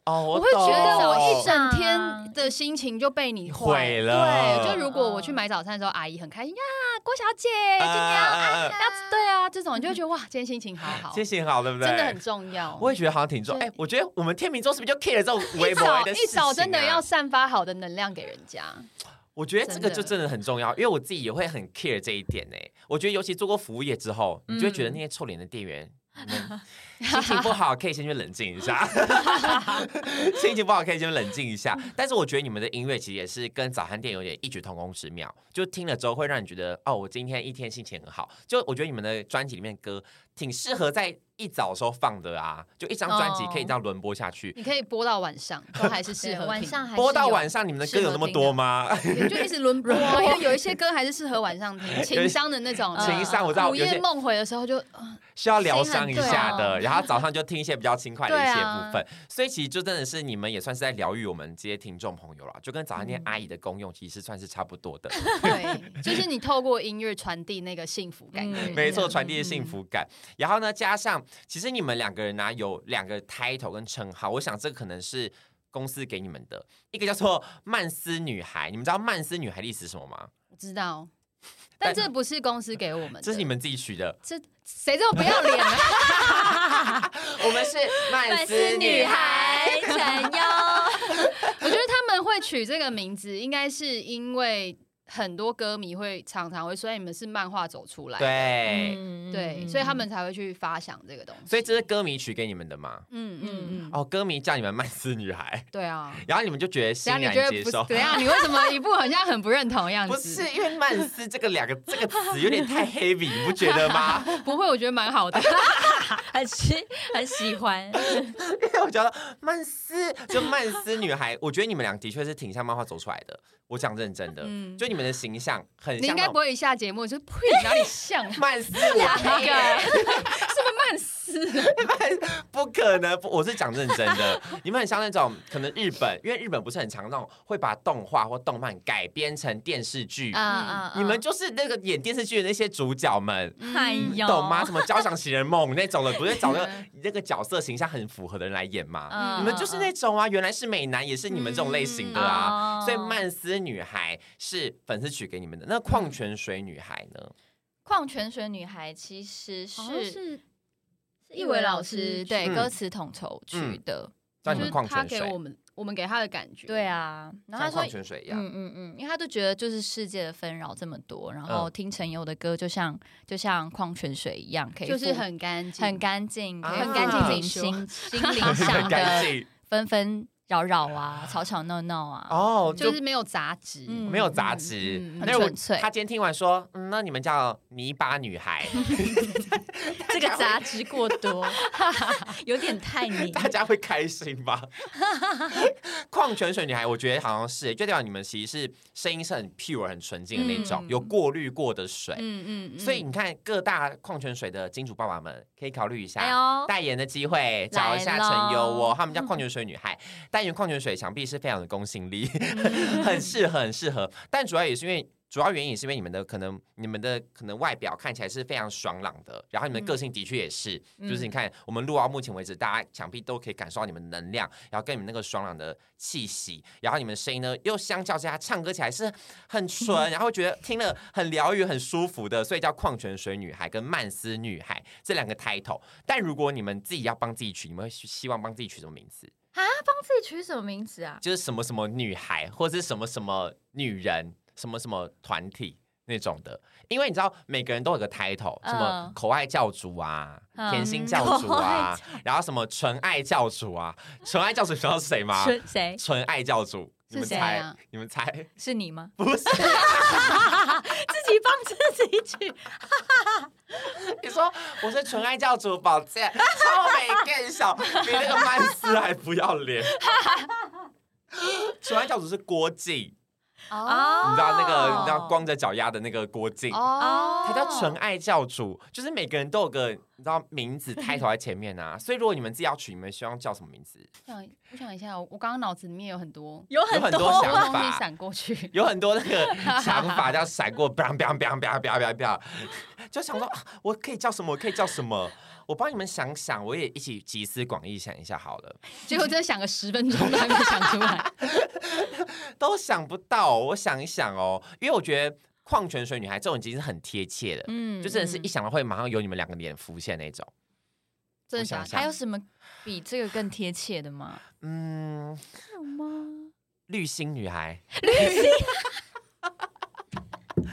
哦，我
我会觉得
懂
我一整
啊
天的心情就被你
毁
坏。
了，
对，就如果我
嗯
去买早餐的时候，阿姨很开心呀，郭小姐今天要
啊
要对啊，这
嗯
种你就会觉得哇，今天心情好
<laughs>
好，
心
真
情好，对不对？
的很重要。
我也觉得好像挺重。哎、我觉得我们天秤座是不是就 care 这种微
一
博
早
的
一
事情啊
早真的要，散发好的能量给人家，
我觉得这个就真
真
的很重要，因为我自己也会很 care 这一点呢、我觉得尤其做过服务业之后，你就会觉得那些臭脸的店员。你们心情不好，可以先去冷静一下。心情不好，可以先冷静一下。但是我觉得你们的音乐其实也是跟早餐店有点异曲同工之妙，就听了之后会让你觉得，哦，我今天一天心情很好。就我觉得你们的专辑里面歌挺适合在一早的时候放的啊，就一张专辑可以这样轮播下去。
你可以播到晚上，都还是适
对
合
晚
<laughs>
听
上还是
播到
有，
晚上，你们的歌有那么多吗？
对就一直
<laughs>
轮播啊，因为有一些歌还是适合晚上听，情商的那种
情商我知道
午
有些
夜梦回的时候就， <laughs> 呃
需要疗伤一下
对
的，然后早上就听一些比较轻快的一些
对啊
部分。所以其实就真的是你们也算是在疗愈我们这些听众朋友啦，就跟早餐店阿姨的功用其实算是差不多的。
对，啊就是你透过音乐传递那个幸福感给人
嗯
没错，
家
传递的幸福感。然后呢，加上其实你们两个人呢、啊有两个 title 跟称号，我想这可能是公司给你们的，一个叫做曼斯女孩。你们知道曼斯女孩的意思是什么吗？
我知道，
但
但这不是公司给我们的，
这是你们自己取的。
这谁这么不要脸啊？
我们是曼
粉
斯
丝
女
女
孩。
孩陈优，
我觉得他们会取这个名字，应该是因为很多歌迷会常常会说哎你们是漫画走出来，
哎
对，
嗯
对，所以他们才会去发想这个东西，
所以这是歌迷取给你们的吗？
嗯嗯嗯，
哦，歌迷叫你们曼斯女孩，
对啊。
然后你们就觉得欣
等一下
然
你觉
接
得不
受
是？。
<laughs>
等一下你为什么一副好像很不认同的样子？
不是因为曼斯这个两个这个词有点太 heavy，你不觉得
<laughs>
吗？
不会，我觉得蛮好
<laughs>
的。
很喜很喜欢，
因为我觉得曼斯就曼斯女孩，我觉得你们俩的确是挺像漫画走出来的。我讲认真的，
嗯
就你们的形象很
你
像
应
那
该不
种？
会一下节目就呸，哪里像啊
<laughs> 曼斯，
哎
我
两个是不是慢死？
不可能，不我是讲认真
<laughs>
的。你们很像那种可能日本，因为日本不是很常那种会把动画或动漫改编成电视剧。
嗯
啊
你们就是那个演电视剧的那些主角们，
哎呦，
嗯懂吗？？什么交响情人梦那种的，不是找
<laughs>
那个那个角色形象很符合的人来演吗？
嗯
你们就是那种啊，原来是美男，也是你们这种类型的啊。
嗯
啊
所以曼斯女孩是粉丝取给你们的，那矿泉水女孩
嗯
呢？
矿泉水女孩其实哦是
是
一伟老师嗯对
嗯
歌词统筹取的，
叫你们
就是
矿
他
泉
给
水
我，们我们给他的感觉。
对，啊。然后
像
他
矿
说，
泉水一样。
嗯嗯嗯，因为他就觉得就是世界的纷扰这么多，然后
嗯
听陈优的歌就像就像矿泉水一样，可以
就是
复
很干净，
很干净，
啊
可以很干净
很
平心
<laughs>
心
嗯 <laughs>
灵上
很干
的
净
纷纷扰扰啊，吵吵闹闹啊，
哦，就
就是没有杂质。
嗯
没有杂质
嗯嗯嗯。
那我
很纯粹
他今天听完说，嗯，那你们叫泥巴女孩，
这个
<laughs>
杂质
嗯
过多， <laughs> 有点太
<laughs>
黏。
大家会开心吧？ <laughs> 矿泉水女孩，我觉得好像是，就代表你们其实是声音是很 pure、很纯净的那种，
嗯
有过滤过的水。
<laughs> 嗯
所以你看，各大矿泉水的金主爸爸们可以考虑一下。
哎呦，
代言的机会，找一下陈优
来
哦
咯，
他们家矿泉水女孩
<laughs> 嗯
代言矿泉水，想必是非常的公信力，很适合，很适合。但主要也是因为主要原因也是因为你们的可能，你们的可能外表看起来是非常爽朗的，然后你们的个性的确也是，
嗯
就是你看我们录到目前为止，大家想必都可以感受到你们的能量，然后跟你们那个爽朗的气息，然后你们的声音呢又相较之下唱歌起来是很
<laughs>
纯，然后觉得听了很疗愈、很舒服的，所以叫矿泉水女孩跟曼斯女孩这两个 title。但如果你们自己要帮自己取，你们会希望帮自己取什么名字？
啊，帮自己取什么名字啊？
就是什么什么女孩，或者是什么什么女人，什么什么团体那种的。因为你知道，每个人都有个 title，
嗯
什么口爱教主啊、
嗯
甜心教主啊，然后什么纯爱教主啊。纯爱教主你知道是谁吗？
是谁？
纯爱教主，你们
是谁
猜？
啊
你们猜？ <laughs>
是你吗？
不是？
自己帮自己取，
你说我是纯爱教主宝剑，超美更小，比那个曼斯还不要脸。 <laughs> 纯爱教主是郭靖，
<laughs> 哦
你知道那个你知道光着脚丫的那个郭靖。
哦，
他叫纯爱教主，就是每个人都有个你知道名字开头在前面啊，所以如果你们自己要取，你们希望叫什么名字？
我想我想一下，我我刚刚脑子里面有很多
有
有很多
多
想
东西
法，
闪过去， <laughs>
有很多那个想法这样闪过，bang bang bang bang bang bang bang，就想说啊我可以叫什么？我可以叫什么？我帮你们想想，我也一起集思广益想一下好了，
结果真的想个十分钟都还没想出来。 <laughs>
都想不到，我想一想哦，因为我觉得矿泉水女孩这种已经是很贴切的，
嗯
就真的是一想到会马上有你们两个脸浮现那种。
真的
想一
假的？
下
还有什么比这个更贴切的吗？
嗯，
有吗？
<laughs> 绿心女
<laughs>
孩，绿心，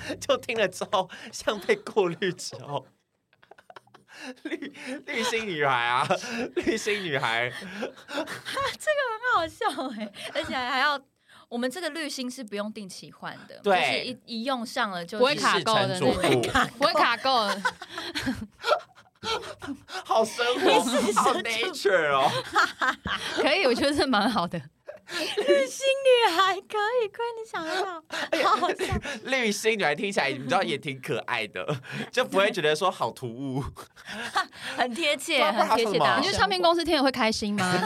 <laughs> 就听了之后像被过滤之后， <laughs> 绿绿心女孩啊，绿心女孩，
很好笑哎、而且还要我们这个滤芯是不用定期换的，
对
就是一一用上了就
不会
是
<laughs> 卡
是
够的
城主
那
顾，
不会卡够，
好生活，好 nature 哦，
可以，我觉得这蛮好
<laughs>
的。
滤芯女孩可以，亏你想得到，
哎
好好笑。
<laughs> 绿心女孩听起来你知道也挺可爱的，就不会觉得说好突兀，
很贴切，
不然
很
还
贴
有
切
什么啊
大家
你
生活。
觉得唱片公司听了会开
<laughs>
心吗？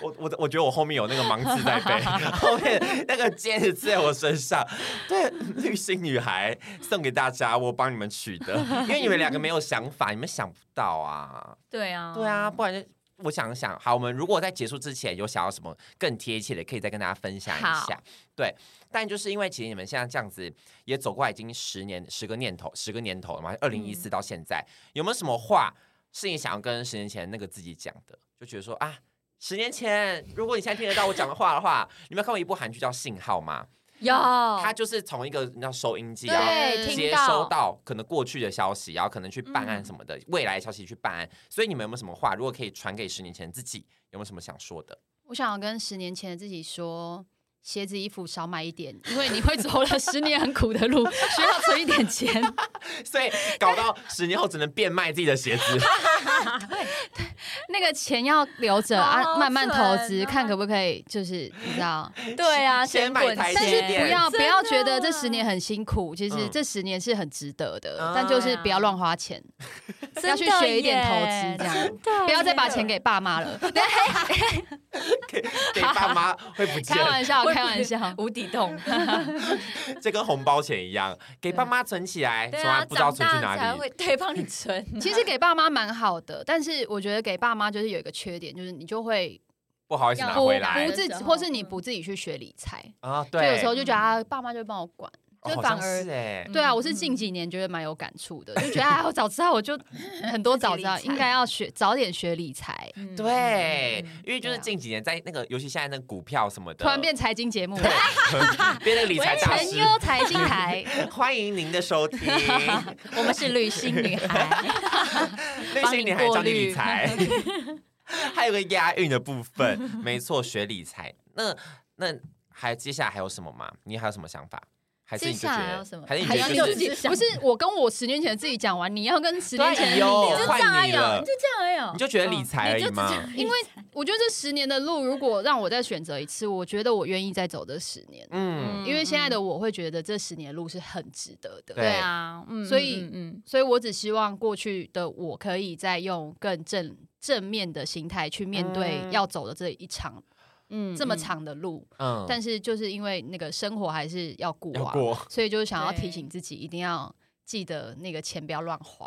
我我我觉得我后面有那个盲字在背，后面那个尖子字在我身上。对，绿心女孩送给大家，我帮你们取的，因为你们两个没有想法，你们想不到啊。
对啊，
对啊，，不然就我想想，好，我们如果在结束之前有想要什么更贴切的，可以再跟大家分享一下
好。
对，但就是因为其实你们现在这样子也走过来已经十年、十个念头、十个年头了嘛，二零一
嗯
四到现在，有没有什么话是你想要跟十年前那个自己讲的？就觉得说啊，十年前如果你现在听得到我讲的话的话，你们有看过一部韩剧叫《信号》吗？
有
它就是从一个你知道收音机，然后
哦对
接
听
收
到
到可能过去的消息，然后可能去办案什么的，未来的消息去办案。所以你们有没有什么话，如果可以传给十年前的自己，有没有什么想说的？ <laughs>
我想要跟十年前的自己说，鞋子衣服少买一点，
<laughs>
因为你会走了十年很苦的路，需要存一
<laughs>
点钱。
所以搞到十年后只能变卖自己的鞋子，
那个钱要留着
好
啊，
好
慢慢投资，
存啊
看可不可以，就是你知道，
对啊，
先
先
买
滚
台
钱
积
但是
电
不要
真的
不要觉得这十年很辛苦，其实
哎嗯
这十年是很值得的
啊，
但就是不要乱花钱，要去学一点投资，这样。不要再把钱给爸
<laughs>
妈了，
给给爸妈会不见
开，玩笑，
我
开玩笑。
无底
<laughs>
洞。
这跟红包钱一样，给爸妈存起来，
对
从
啊，
来不知道存
长
去
大
哪
才
里。
会对帮你存。
其实给爸妈蛮好的，但是我觉得给爸妈就是有一个缺点，就是你就会
不好意思拿
要
回
不
来
不自
的时候嗯
或是你不自己去学理财，
啊，
就
对，
有时候就觉得啊，爸妈就会帮我管，
哦
就
好
反
像
而
是哎，
对啊，
嗯
我是近几年觉得蛮有感触的，就觉得啊，我早知道我就很多早知道
自己理财
应该要学早点学理财，
嗯
对，因为就
对
是
啊
近几年在那个，尤其现在那个股票什么的，
突然变财经节目，
对变成理财大
陈
师。
优财经台，
欢迎您的收听，
我
<laughs>
们是旅行女孩，
那些你还教你理财，还有个押韵的部分，没错，学理财。那那还接下来还有什么吗？你还有什么想法？还是你就觉
接下来还有
得
什么，
还是你
还
觉
要
得
你
就
自
是
己
就是想
不是我跟我十年前的自己讲完，你要跟十年前的
对
你
哟
讲。
就
换
这样而
你
已
了
哦，你就这样而已哦，
你就觉得理财而已吗
嗯？你就只
因为我觉得这十年的路，如果让我再选择一次，我觉得我愿意再走这十年，
嗯，
因为现在的我会觉得这十年的路是很值得的。
对
对啊，嗯，
所以
嗯嗯
所以我只希望过去的我可以再用更正正面的心态去面对
嗯
要走的这一场
嗯
这么，长的路，
嗯，
但是就是因为那个生活还是要顾
要
啊，
过， <laughs>
所以就是想要
对
提醒自己一定要。记得那个钱不要乱
<laughs>
花，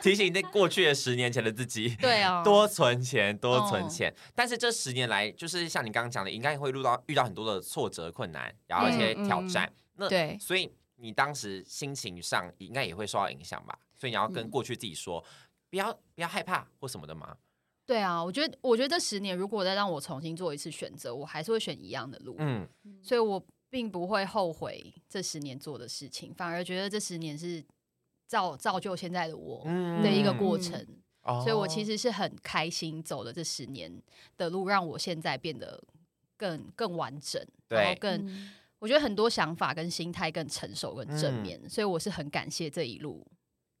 提醒在过去的十年前的自己。
对
哦
啊，
多存钱，多存钱。但是这十年来，就是像你刚刚讲的，应该会遇到遇到很多的挫折、困难，然后一些
嗯嗯
挑战。那
对
所以你当时心情上应该也会受到影响吧？所以你要跟
嗯
过去自己说，不要不要害怕或什么的嘛。
对啊，我觉得，我觉得这十年如果再让我重新做一次选择，我还是会选一样的路，
嗯，
所以我并不会后悔这十年做的事情，反而觉得这十年是造造就现在的我
嗯
的一个过程，
哦
所以我其实是很开心走的这十年的路，让我现在变得更更完整，然后
对
更、
嗯
我觉得很多想法跟心态更成熟、更
嗯
正面，所以我是很感谢这一路。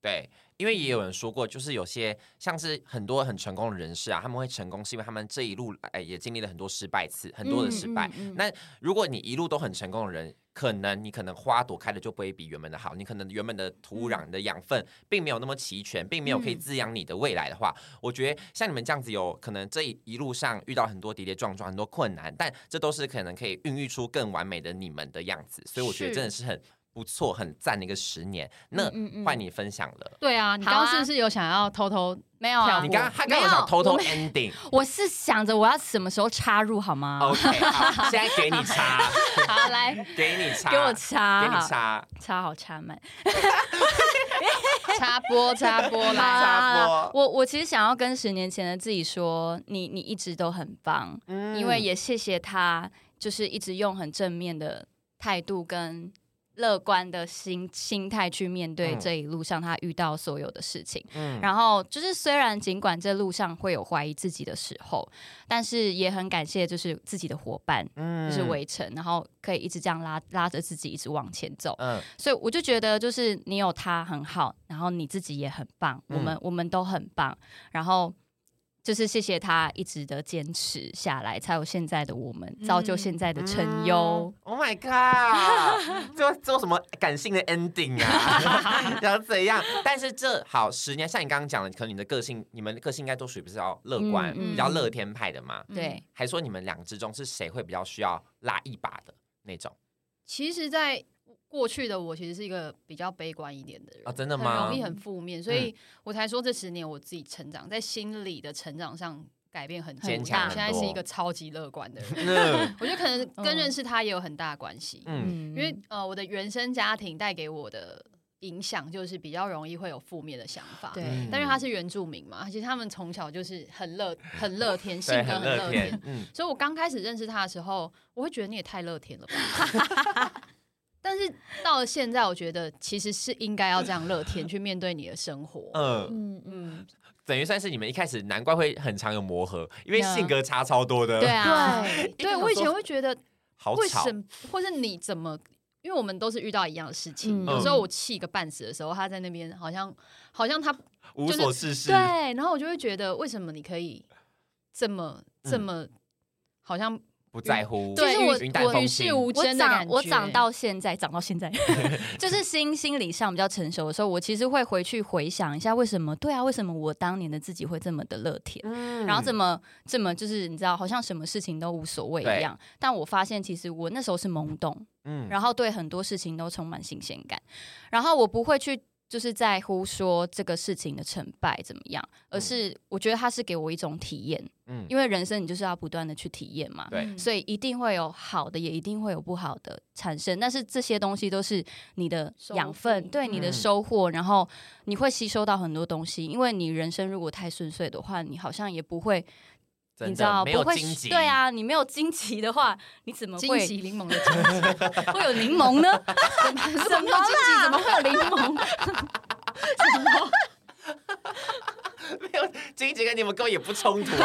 对，因为也有人说过，就是有些像是很多很成功的人士啊，他们会成功是因为他们这一路哎也经历了很多失败次，很多的失败。
嗯嗯嗯
那如果你一路都很成功的人，可能你可能花朵开的就不会比原本的好，你可能原本的土壤、你的养分并没有那么齐全，并没有可以
嗯
滋养你的未来的话，我觉得像你们这样子有可能这一一路上遇到很多跌跌撞撞、很多困难，但这都是可能可以孕育出更完美的你们的样子，所以我觉得
是
真的是很不错、很赞的一个十年。那
嗯嗯嗯
换你分享了。
对啊，你
好
刚
啊
刚是不是有想要偷偷？
没有啊，
跳
你
过
刚刚他刚刚有想偷偷 ending。
我是想着我要什么时候插入好吗？
OK，好，现在给你插，
好来，
给你插，
给我
给
插
你
好，
插，
插好插满。
插
<laughs>
播插播
好
来，
插
啦
播
好啦我我其实想要跟十年前的自己说，你你一直都很棒，
嗯
因为也谢谢他，就是一直用很正面的态度跟乐观的心心态去面对
嗯
这一路上他遇到所有的事情。
嗯
然后就是，虽然尽管这路上会有怀疑自己的时候，但是也很感谢就是自己的伙伴，
嗯
就是围城，然后可以一直这样拉拉着自己一直往前走。
嗯
所以我就觉得，就是你有他很好，然后你自己也很棒，
嗯
我们我们都很棒，然后。就是谢谢他一直的坚持下来，才有现在的我们，造就
嗯
现在的
啊
陈优。。
嗯 Oh my god！做做什么感性的 ending 啊？ <laughs> 然后怎样？但是这好十年，像你刚刚讲的，可能你的个性，你们的个性应该都属于比较乐观、
嗯嗯
比较乐天派的嘛。
嗯
对，
还说你们俩之中是谁会比较需要拉一把的那种
其实，在过去的我其实是一个比较悲观一点的人
啊？真的
很
吗嗯
容易？很负面，所以我才说这十年我自己成长，在心理的成长上改变很
坚
大。
强
现
很多
在是一个超级乐观的人，
嗯
我觉得可能
<laughs> 嗯
跟认识他也有很大关系，
嗯
因为呃，我的原生家庭带给我的影响就是比较容易会有负面的想法。
对
嗯
但是他是原住民嘛，其实他们从小就是很乐、
<laughs>
很乐天，性
对
格
很
很乐天
天，，嗯
所以我刚开始认识他的时候，我会觉得你也太乐天了吧。 <laughs> 但是到了现在，我觉得其实是应该要这样乐天去面对你的生活。
嗯。
嗯嗯，
嗯，
等于算是你们一开始难怪会很常有磨合，因为
Yeah
性格差超多的。
对啊，
对
一个
对
想
我以前
说
会觉得
好
为
吵
什。么，或是你怎么？因为我们都是遇到一样的事情，
嗯
有时候我气个半死的时候，他在那边好像好像他
无所事事。
对，然后我就会觉得为什么你可以这么这
嗯
么好像
不在乎。
对
就是我
云淡
我
风
与
轻
世无
我
争的
长
感觉。
我长到现在，长到
<laughs>
现在，就是心心理上比较成熟的时候，我其实会回去回想一下，为什么？对啊，为什么我当年的自己会这么的乐天？
嗯
然后这么这么就是你知道，好像什么事情都无所谓一样。但我发现其实我那时候是懵懂，
嗯
然后对很多事情都充满新鲜感，然后我不会去就是在乎说这个事情的成败怎么样，而是我觉得它是给我一种体验，
嗯
因为人生你就是要不断的去体验嘛。
嗯
对
所以一定会有好的，也一定会有不好的产生。但是这些东西都是你的
收
养
获
分，对你的
嗯
收获，然后你会吸收到很多东西。因为你人生如果太顺遂的话，你好像也不会，
真的
你知道，
没
不
有
会
荆棘。
对，啊，你没有惊奇的话，你怎么
惊
会
喜柠檬的 <laughs> 惊喜，
会有柠檬呢？
怎么没有惊喜？怎么会有柠檬？
没有荆棘跟你们根本也不冲突，好不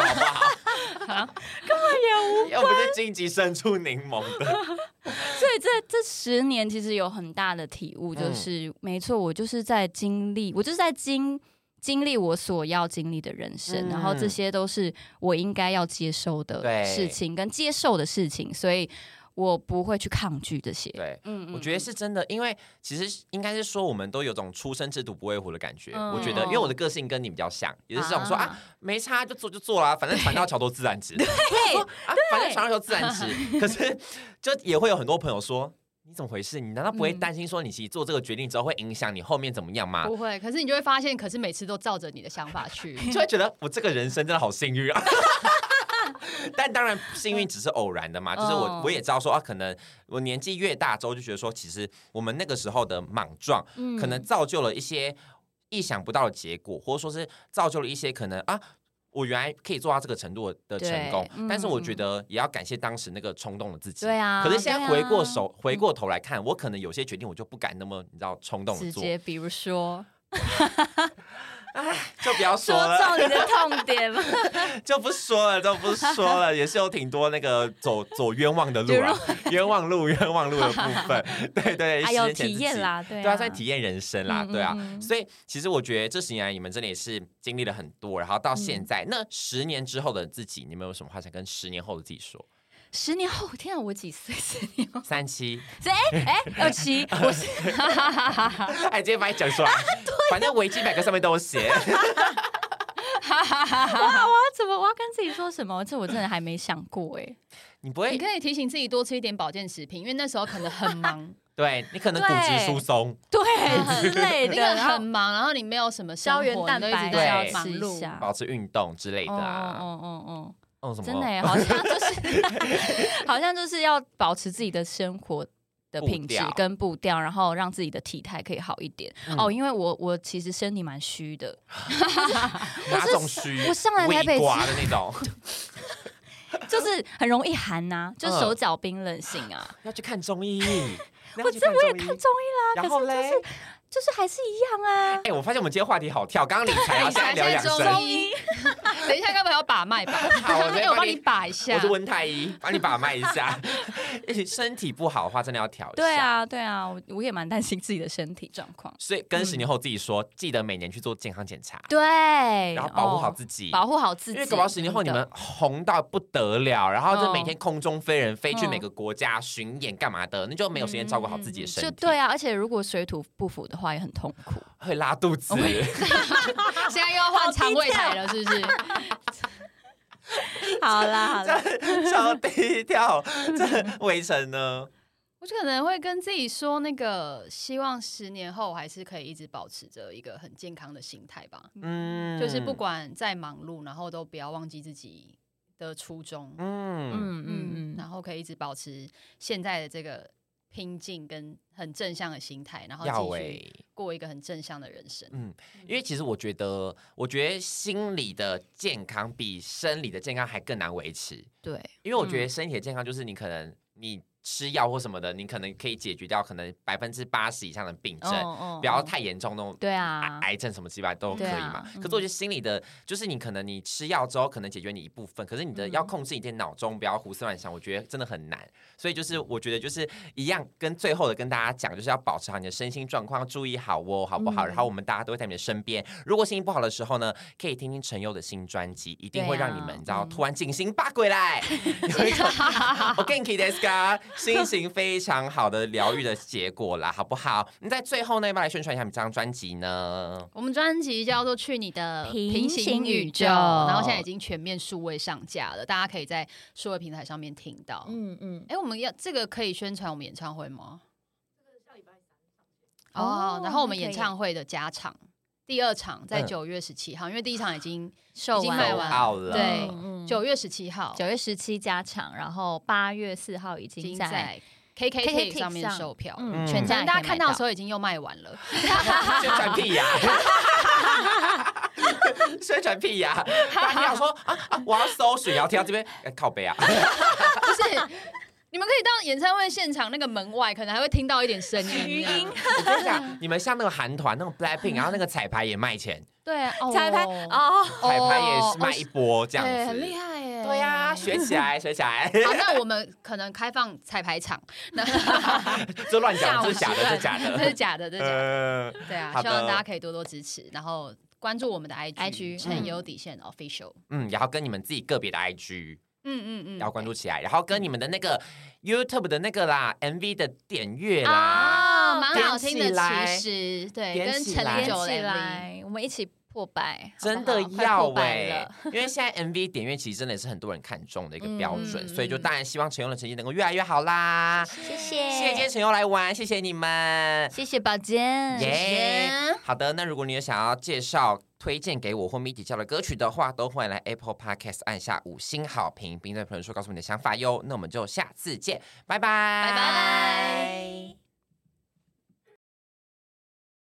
好？
<laughs>
根本也 <laughs> 无。要不是荆棘生出柠檬
<laughs>
的，
所以这这十年其实有很大的体悟，就
嗯
是、没错，我就是在经历，我就是在经经历我所要经历的人
嗯
生，然后这些都是我应该要接受
对
嗯的事情跟接受的事情，所以。我不会去抗拒这些。
对。
嗯
我觉得是真的，因为其实应该是说，我们都有种初生之犊不畏虎的感觉。
嗯
我觉得，因为我的个性跟你比较像，也是这种说啊，
啊
没差就做就做啦，反正船到桥头自然直。
对，
啊，反正床上有自然直。可是就也会有很多朋友说，你怎么回事？你难道不会
嗯
担心说你其实做这个决定之后会影响你后面怎么样吗？
<laughs> 不会，可是你就会发现，可是每次都照着你的想法 <laughs> 去。
就会觉得我这个人生真的好幸运啊。 <laughs> 但当然，幸运只是偶然的嘛。就是我
嗯，
我也知道说啊，可能我年纪越大之后，就觉得说，其实我们那个时候的莽撞，可
嗯
能造就了一些意想不到的结果，或者说是造就了一些可能啊，我原来可以做到这个程度的
对
成功。但是我觉
嗯
得也要感谢当时那个冲动的自己。
对啊。
可是现在回过
对啊，
手、回过头来看，我可能有些决定我就不敢那么你知道冲动的
直
做，
接比如说
就不要说
说
了，
中你的痛
<laughs>
点嘛，
就不说了，就不说了，也是有挺多那个走走冤枉的路啊，冤枉路、冤枉路的部分， <laughs> 对
<laughs>
对，
还
十
有
年前
哎体
自
验
己。
啦，对
对啊，
啊，
算体验人生啦，
嗯
对啊，
嗯嗯
所以其实我觉得这十年来你们真的也是经历了很多，然后到现在、
嗯
那十年之后的自己，你们有什么话想跟十年后的自己
<laughs>
说？
十年后，天啊，我几岁？十年后，
三七，
哎，二七，我是，
哎，直接把你讲出
<laughs>
来，
啊
反正维基百科上面都有写。
<laughs>
<laughs>
哇，我要怎么？我要跟自己说什么？这我真的还没想过
<laughs>
哎。
你不会
<laughs>
你可以提醒自己多吃一点保健食品，因为那时候可能很 <laughs> 忙，
对你可能骨质
对
疏松，
<laughs> 对之类
那个
的，
很忙，然后你没有什么生活
胶原蛋白
你都一直
对
在
要
忙
吃一
碌
下
保持运动之类的啊。
哦哦哦
哦，什
哦，
么？
真的耶，好像就是好像就是 <laughs> 要保持自己的生活。的品
步
质
调
跟步调，然后让自己的体态可以好一点、
嗯
哦。因为我我其实身体蛮虚的，
<laughs> 哪种虚？
我上来台北
微刮的那种， <laughs>
就是很容易寒呐、
嗯
就是手脚冰冷型
<laughs>
啊。
要去看中
<laughs>
医。
我这我也看中医
医，
啦，
然
可
后
是
嘞，
就是还是一样啊。
哎，我发现我们今天话题好跳，刚刚理财，然后现在聊养
理财现在中
生。
医，等一下该不会要把脉吧？
好我直接
哎 <laughs>
帮
我帮
你
你把一下
我是。温太医，帮你把脉一
<laughs>
下。 <laughs> 而且身体不好的话，真的要调一下。
对。啊，对啊，我我也蛮担心自己的身体状况。
所以跟
嗯
十年后自己说，记得每年去做健康检查，
对，
然后保护好
哦
自己。
保护好自
因
己。
为搞不好十年后你
真的
们红到不得了，然后就每
嗯
天空中飞人，飞去
嗯
每个国家巡演干嘛的，那就没有时间照顾好自己的身体，
就对啊，而且如果水土不服的话，也很痛
<laughs>
苦。
会拉肚子。
现在又要换肠胃台了，是不是？
好啦
<laughs>
好啦，
超低调。这
<laughs>
围城呢？
我就可能会跟自己说，那个希望十年后我还是可以一直保持着一个很健康的心态吧，
嗯，
就是不，管再忙碌，然后都不要忘记自己的初衷，
嗯，
嗯
嗯
嗯，嗯，
然后可以一直保持现在的这个拼劲跟很正向的心态，然后
要欸
继续
诶，
过一个很正向的人生。
嗯，因为其实我觉得，我觉得心理的健康比生理的健康还更难维持，
对，
因为我
嗯
觉得身体的健康就是你可能你吃药或什么的，你可能可以解决掉可能百分之八十以上的病症，
哦
不要太严重那种。
对
癌
啊，
癌症什么之类都可以嘛，
对啊
可是我觉得心理的，就是你可能你吃药之后，可能解决你一部分，可是你的
嗯
要控制你的脑中不要胡思乱想，我觉得真的很难。所以就是我觉得就是一样，跟最后的跟大家讲，就是要保持好你的身心状况，要注意好哦，好不好？
嗯
然后我们大家都会在你的身边。如果心情不好的时候呢，可以听听陈佑的新专辑，一定会
对啊
让你们你知道
嗯
突然警醒八鬼来，有一种我跟 k i d e s k a 心情非常好的疗愈的结果啦，好不好？你在最后呢，要不要来宣传一下你这张专辑呢？
我们专辑叫做《去你的
平行宇宙
然后
<laughs>
现在已经全面数位上架了，大家可以在数位平台上面听到。嗯，
嗯嗯，
哎，我们要这个可以宣传我们演唱会吗？
哦
哦，然后我们
那可以
演唱会的加场第二场在
嗯
九月十七号，因为第一场已经
<laughs> 售
已经卖完
Sold out 了
对，
嗯
九月十七号
九月十七加场，然后八月四号已
已经
经在
在 KKT 上面
KKTIX
售票，
嗯
嗯
全
可
家
能大家看到的时
候，
候已经又卖完了。 <laughs>
宣传屁呀、 <laughs> 宣传屁呀、大家说啊啊，我要搜寻，然后听到这边、哎靠背啊，
不是，你们可以到演唱会现场那个门外，可能还会听到一点声音。
余音 <laughs>
我跟你讲，你们像那个韩团那种 Blackpink，然后那个彩排也卖钱，
对啊，
<laughs>
哦
彩排哦，
彩排也是卖一波这样
对，
子，
很厉害耶。
对呀、学起来，学起来，
好，那我们可能开放彩排场， <laughs> 那
这乱讲，这
午
是假
时
的，
段
这是假
<laughs> 这
的。
是假的，这是假的。
呃，
对啊，
好
希
的
望大家可以多多支持，然后关注我们的
IG
IG 陈有底线 official。
嗯，然后跟你们自己个别的 IG，
嗯嗯嗯，
要关注起来，然后跟你们的那个 YouTube 的那个啦，MV 的点阅啦，
哦
啊，蛮好听
点起来
的，其实对，
点
跟
起
陈
来
零
连
九
起
的 MV
来，我们一起破百，好不好
真的
快
要
破
哎、
百了。
因为现在 MV 点阅其实真的也是很多人看重的一个标准，
嗯
所以就当然希望陈佑的成绩能够越来越好啦。
谢
谢
谢，
谢今天陈佑来玩，谢谢你们，
谢谢宝剑，
耶、好的，那如果你有想要介绍、推荐给我或米底教的歌曲的话，都欢迎来 Apple Podcast 按下五星好评，并在评论说告诉你的想法哟。那我们就下次见，拜拜，
拜拜。